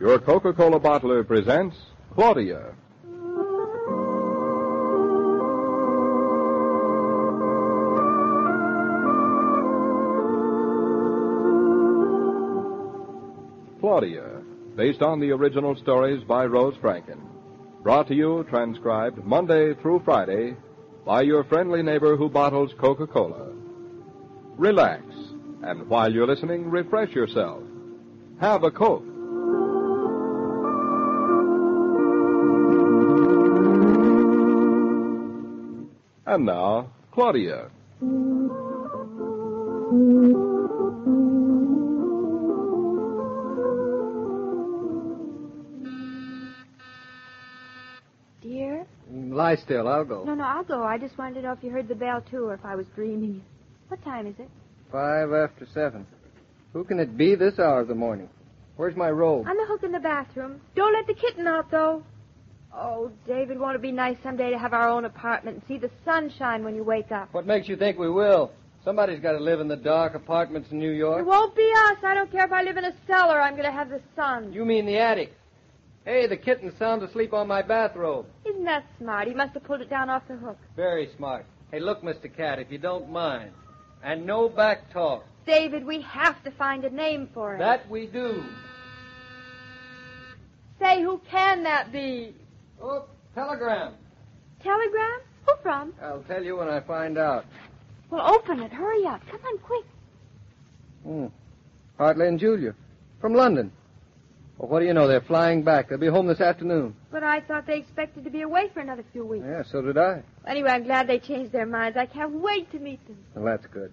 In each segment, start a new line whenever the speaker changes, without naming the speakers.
Your Coca Cola bottler presents Claudia. Claudia, based on the original stories by Rose Franken. Brought to you, transcribed Monday through Friday by your friendly neighbor who bottles Coca Cola. Relax, and while you're listening, refresh yourself. Have a Coke. And now, Claudia.
Dear?
Lie still. I'll go.
No, no, I'll go. I just wanted to know if you heard the bell, too, or if I was dreaming. What time is it?
Five after seven. Who can it be this hour of the morning? Where's my robe?
On the hook in the bathroom. Don't let the kitten out, though. Oh, David, won't it be nice someday to have our own apartment and see the sunshine when you wake up?
What makes you think we will? Somebody's got to live in the dark apartments in New
It
York.
won't be us. I don't care if I live in a cellar. I'm going to have the sun.
You mean the attic? Hey, the kitten's sound asleep on my bathrobe.
Isn't that smart? He must have pulled it down off the hook.
Very smart. Hey, look, Mr. Cat, if you don't mind. And no back talk.
David, we have to find a name for it.
That we do.
Say, who can that be?
Oh, telegram.
Telegram? Who from?
I'll tell you when I find out.
Well, open it. Hurry up. Come on, quick.
Hmm. Hartley and Julia. From London. Well, what do you know? They're flying back. They'll be home this afternoon.
But I thought they expected to be away for another few weeks.
Yeah, so did I.
Anyway, I'm glad they changed their minds. I can't wait to meet them.
Well, that's good.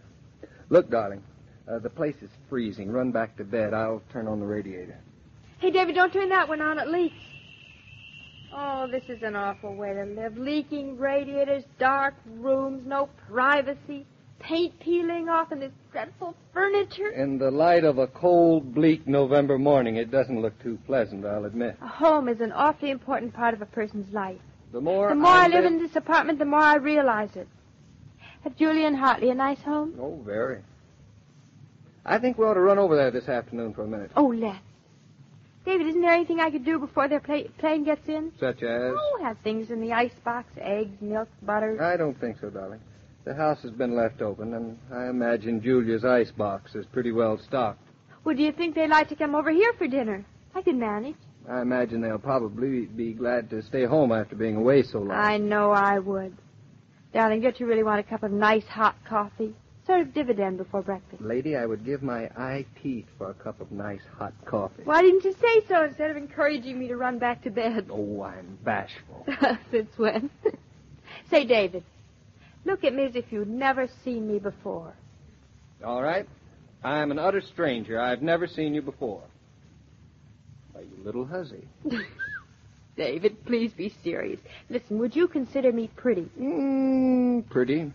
Look, darling, uh, the place is freezing. Run back to bed. I'll turn on the radiator.
Hey, David, don't turn that one on. It leaks. Oh, this is an awful way to live. Leaking radiators, dark rooms, no privacy, paint peeling off, and this dreadful furniture.
In the light of a cold, bleak November morning, it doesn't look too pleasant, I'll admit.
A home is an awfully important part of a person's life.
The more,
The more I live in this apartment, the more I realize it. Have Julie and Hartley a nice home?
Oh, very. I think we ought to run over there this afternoon for a minute.
Oh, let's. David, isn't there anything I could do before their pla- plane gets in?
Such as?
Oh, have things in the icebox, eggs, milk, butter.
I don't think so, darling. The house has been left open, and I imagine Julia's ice box is pretty well stocked.
Well, do you think they'd like to come over here for dinner? I could manage.
I imagine they'll probably be glad to stay home after being away so long.
I know I would. Darling, don't you really want a cup of nice hot coffee? Sort of dividend before breakfast.
Lady, I would give my eye teeth for a cup of nice hot coffee.
Why didn't you say so instead of encouraging me to run back to bed?
Oh, I'm bashful.
Since when? say, David, look at me as if you'd never seen me before.
All right. I'm an utter stranger. I've never seen you before. Why, you little hussy.
David, please be serious. Listen, would you consider me pretty?
Mmm, pretty.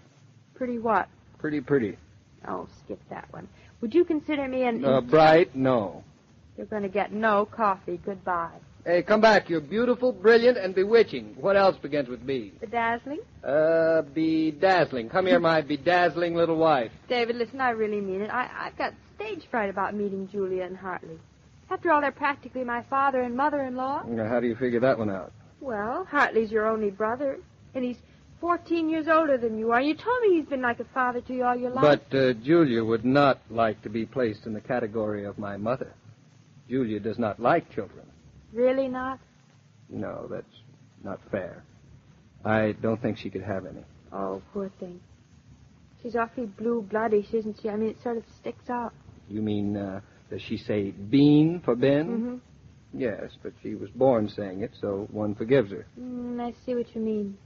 Pretty what?
Pretty, pretty.
Oh, skip that one. Would you consider me an...
Uh, bright? No.
You're going to get no coffee. Goodbye.
Hey, come back. You're beautiful, brilliant, and bewitching. What else begins with B?
Bedazzling?
Uh, bedazzling. Come here, my bedazzling little wife.
David, listen, I really mean it. I, I've got stage fright about meeting Julia and Hartley. After all, they're practically my father and mother-in-law.
How do you figure that one out?
Well, Hartley's your only brother, and he's 14 years older than you are. You told me he's been like a father to you all your life.
But uh, Julia would not like to be placed in the category of my mother. Julia does not like children.
Really not?
No, that's not fair. I don't think she could have any.
Oh, poor thing. She's awfully blue-bloodish, isn't she? I mean, it sort of sticks out.
You mean, uh, does she say bean for
Mhm.
Ben? Yes, but she was born saying it, so one forgives her.
Mm, I see what you mean.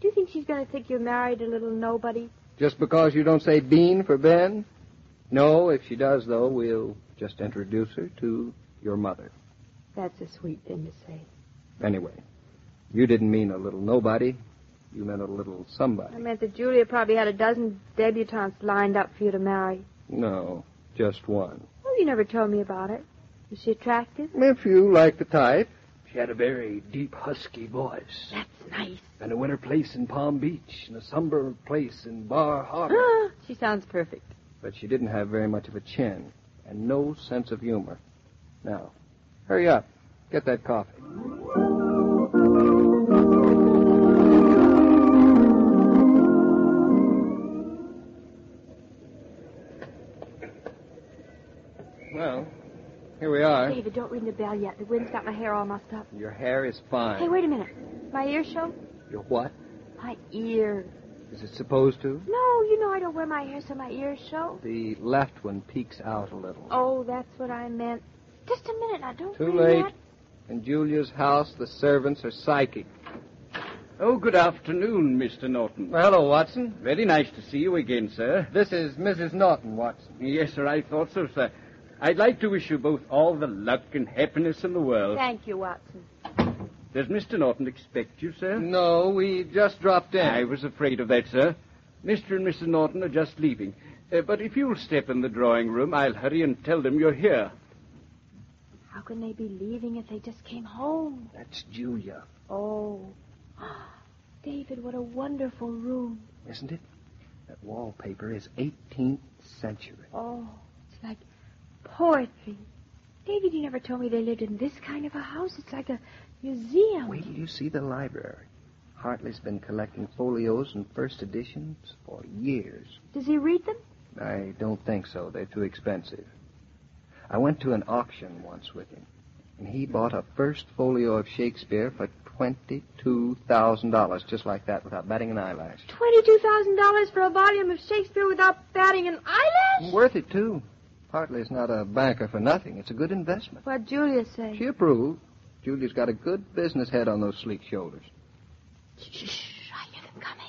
Do you think she's going to think you married a little nobody?
Just because you don't say bean for Ben? No, if she does, though, we'll just introduce her to your mother.
That's a sweet thing to say.
Anyway, you didn't mean a little nobody. You meant a little somebody.
I meant that Julia probably had a dozen debutantes lined up for you to marry.
No, just one.
Oh, you never told me about it. Was she attractive?
If you like the type. She had a very deep, husky voice,
That's nice.
and a winter place in Palm Beach, and a summer place in Bar Harbor.
she sounds perfect.
but she didn't have very much of a chin and no sense of humor. Now, hurry up. Get that coffee. Well, here we are.
David, don't ring the bell yet. The wind's got my hair all mussed up.
Your hair is
Hey,
fine.
wait a minute. My ear show?
Your what?
My ear.
Is it supposed to?
No, you know I don't wear my hair so my ears show.
The left one peeks out a little.
Oh, that's what I meant. Just a minute now. Don't
Too
ring
late.
that.
In Julia's house, the servants are psychic.
Oh, good afternoon, Mr. Norton.
Well, hello, Watson.
Very nice to see you again, sir.
This is Mrs. Norton, Watson.
Yes, sir, I thought so, sir. I'd like to wish you both all the luck and happiness in the world.
Thank you, Watson.
Does Mr. Norton expect you, sir?
No, we just dropped in.
I was afraid of that, sir. Mr. and Mrs. Norton are just leaving. Uh, but if you'll step in the drawing room, I'll hurry and tell them you're here.
How can they be leaving if they just came home?
That's Julia,
Oh. David, what a wonderful room.
isn't it? That wallpaper is 18th century.
Oh, it's like poetry. David, you never told me they lived in this kind of a house. It's like a museum.
Wait till you see the library. Hartley's been collecting folios and first editions for years.
Does he read them?
I don't think so. They're too expensive. I went to an auction once with him, and he bought a first folio of Shakespeare for $22,000, just like that, without batting an eyelash.
$22,000 for a volume of Shakespeare without batting an eyelash?
Worth it, too. Hartley's not a banker for nothing. It's a good investment.
What'd Julia say?
She approved. Julia's got a good business head on those sleek shoulders.
Shh, I hear them coming.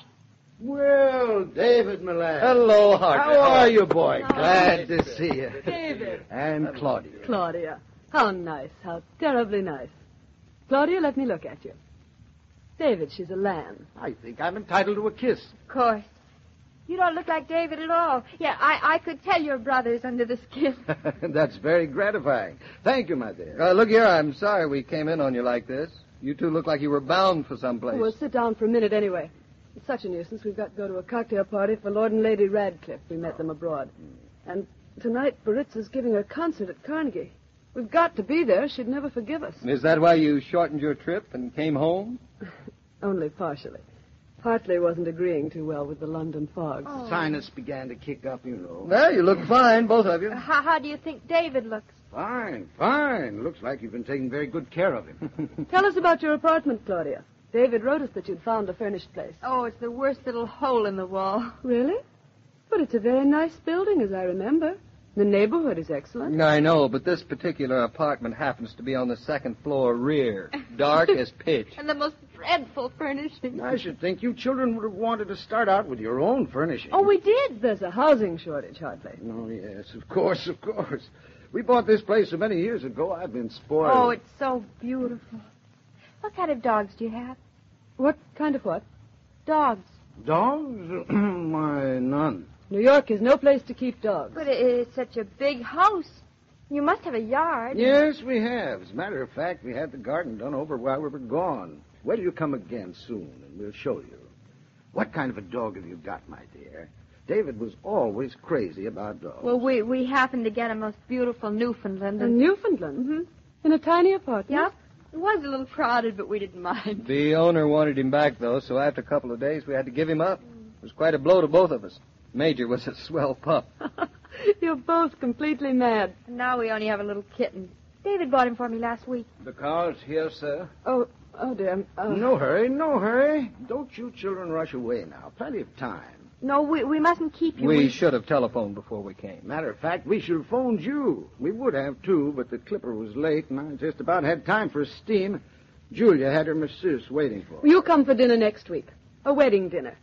Well, David, my lad.
Oh,
Hello, Hartley.
How are you, boy?
Glad to see you.
David.
And Claudia.
Claudia. How nice. How terribly nice. Claudia, let me look at you. David, she's a lamb.
I think I'm entitled to a kiss.
Of course. You don't look like David at all. Yeah, I, I could tell your brother's under the skin.
That's very gratifying. Thank you, my dear.
Uh, look here, I'm sorry we came in on you like this. You two look like you were bound for someplace.
We'll sit down for a minute anyway. It's such a nuisance. We've got to go to a cocktail party for Lord and Lady Radcliffe. We met them abroad. And tonight, Baritza's giving a concert at Carnegie. We've got to be there. She'd never forgive us.
Is that why you shortened your trip and came home?
Only partially. Hartley wasn't agreeing too well with the London fogs.
Sinus began to kick up, you know.
Well, you look fine, both of you.
how, how do you think David looks?
Fine, fine. Looks like you've been taking very good care of him.
Tell us about your apartment, Claudia. David wrote us that you'd found a furnished place.
Oh, it's the worst little hole in the wall.
Really? But it's a very nice building, as I remember. The neighborhood is excellent.
I know, but this particular apartment happens to be on the second floor rear, dark as pitch.
And the most dreadful furnishing.
I should think you children would have wanted to start out with your own furnishing.
Oh, we did. There's a housing shortage, hardly.
Oh, yes, of course, of course. We bought this place so many years ago, I've been spoiled.
Oh, it's so beautiful. What kind of dogs do you have?
What kind of what?
Dogs.
Dogs? Why, none.
New York is no place to keep dogs.
But it, it's such a big house. You must have a yard.
Yes, we have. As a matter of fact, we had the garden done over while we were gone. Wait till you come again soon, and we'll show you. What kind of a dog have you got, my dear? David was always crazy about dogs.
Well, we we happened to get a most beautiful Newfoundland.
In Newfoundland? Mm-hmm. In a tiny apartment?
Yep. It was a little crowded, but we didn't mind.
The owner wanted him back, though, so after a couple of days, we had to give him up. It was quite a blow to both of us. Major was a swell pup.
You're both completely mad.
And now we only have a little kitten. David bought him for me last week.
The car's here, sir.
Oh, oh dear. Uh,
No hurry, no hurry. Don't you children rush away now. Plenty of time.
No, we, we mustn't keep you.
We should have telephoned before we came.
Matter of fact, we should have phoned you. We would have, too, but the clipper was late, and I just about had time for steam. Julia had her masseuse waiting for us.
You come for dinner next week. A wedding dinner.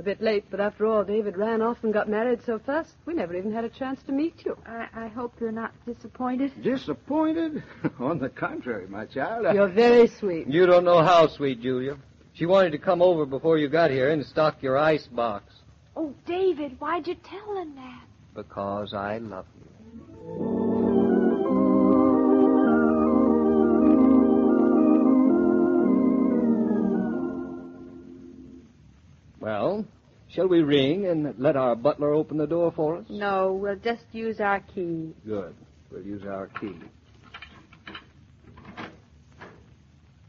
A bit late, but after all, David ran off and got married so fast, we never even had a chance to meet you.
I, I hope you're not disappointed.
Disappointed? On the contrary, my child. I-
You're very sweet.
You don't know how sweet, Julia. She wanted to come over before you got here and stock your ice box.
Oh, David, why'd you tell him that?
Because I love you. Well, shall we ring and let our butler open the door for us?
No, we'll just use our key.
Good. We'll use our key.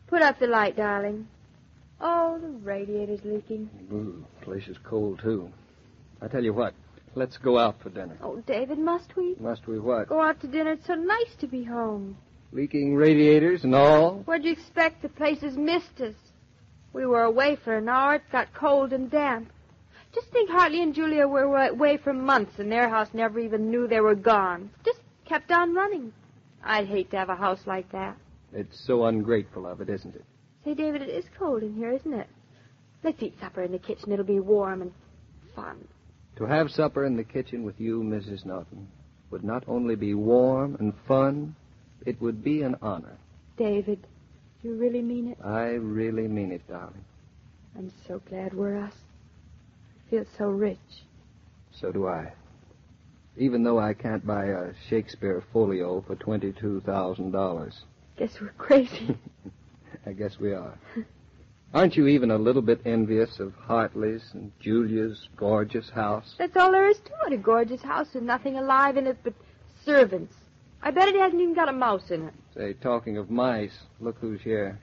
Put up the light, darling. Oh, the radiator's leaking.
Ooh, place is cold, too. I tell you what, let's go out for dinner.
Oh, David, must we?
Must we what?
Go out to dinner. It's so nice to be home.
Leaking radiators and all?
What'd you expect? The place has missed us. We were away for an hour. It got cold and damp. Just think, Hartley and Julia were wa- away for months, and their house never even knew they were gone. Just kept on running. I'd hate to have a house like that.
It's so ungrateful of it, isn't it?
Say, David, it is cold in here, isn't it? Let's eat supper in the kitchen. It'll be warm and fun.
To have supper in the kitchen with you, Mrs. Norton, would not only be warm and fun, it would be an honor.
David, you really mean it?
I really mean it, darling.
I'm so glad we're us. I feel so rich.
So do I. Even though I can't buy a Shakespeare folio for $22,000,
Guess we're crazy.
I guess we are. Aren't you even a little bit envious of Hartley's and Julia's gorgeous house?
That's all there is to it. A gorgeous house with nothing alive in it but servants. I bet it hasn't even got a mouse in it.
Say, talking of mice, look who's here.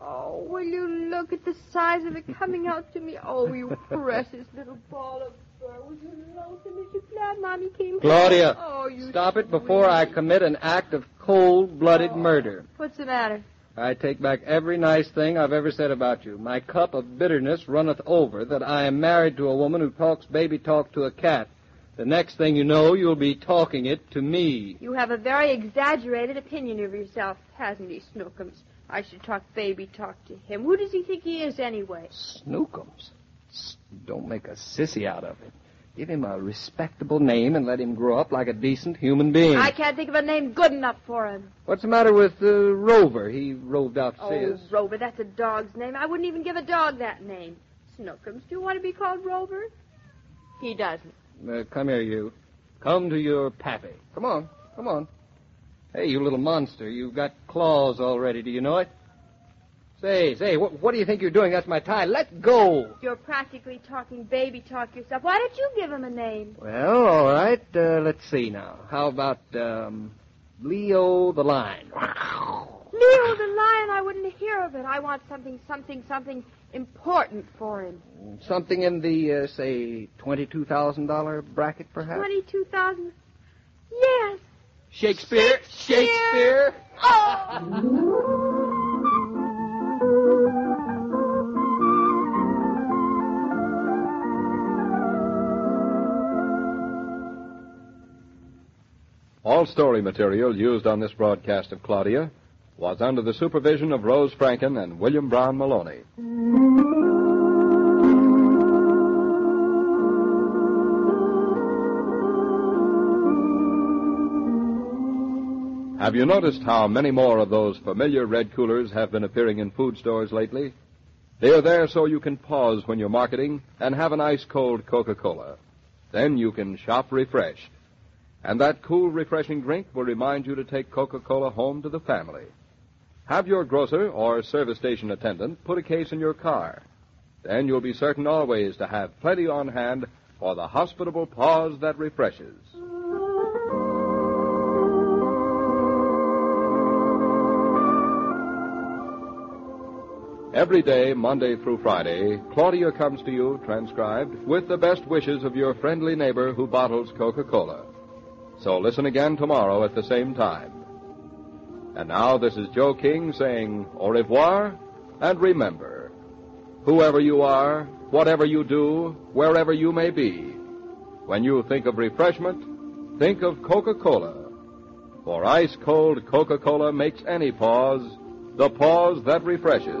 Oh, will you look at the size of it coming out to me? Oh, you precious little ball of fur. Was you lonesome? Is you glad Mommy came?
Claudia,
Oh, you
stop it before I
sweet-
commit an act of cold-blooded murder.
What's the matter?
I take back every nice thing I've ever said about you. My cup of bitterness runneth over that I am married to a woman who talks baby talk to a cat. The next thing you know, you'll be talking it to me.
You have a very exaggerated opinion of yourself, hasn't he, Snookums? I should talk baby talk to him. Who does he think he is, anyway?
Snookums. S- Don't make a sissy out of him. Give him a respectable name and let him grow up like a decent human being.
I can't think of a name good enough for him.
What's the matter with uh, Rover? He roved out to see
Oh,
us.
Rover, that's a dog's name. I wouldn't even give a dog that name. Snookums, do you want to be called Rover? He doesn't.
Uh, come here, you. Come to your pappy. Come on. Come on. Hey, you little monster. You've got claws already. Do you know it? Say, say, what, what do you think you're doing? That's my tie. Let go.
You're practically talking baby talk yourself. Why don't you give him a name?
Well, all right. Uh, let's see now. How about um, Leo the Lion?
Leo the lion, I wouldn't hear of it. I want something, something, something important for him.
Something in the, uh, say, $22,000 bracket,
Uh,
perhaps?
Twenty-two thousand. Yes.
Shakespeare? Shakespeare?
Oh!
All story material used on this broadcast of Claudia was under the supervision of Rose Franken and William Brown Maloney. Have you noticed how many more of those familiar red coolers have been appearing in food stores lately? They are there so you can pause when you're marketing and have an ice cold Coca Cola. Then you can shop refreshed. And that cool, refreshing drink will remind you to take Coca Cola home to the family. Have your grocer or service station attendant put a case in your car. Then you'll be certain always to have plenty on hand for the hospitable pause that refreshes. Every day, Monday through Friday, Claudia comes to you, transcribed, with the best wishes of your friendly neighbor who bottles Coca Cola. So listen again tomorrow at the same time. And now this is Joe King saying au revoir and remember, whoever you are, whatever you do, wherever you may be, when you think of refreshment, think of Coca Cola. For ice cold Coca Cola makes any pause the pause that refreshes.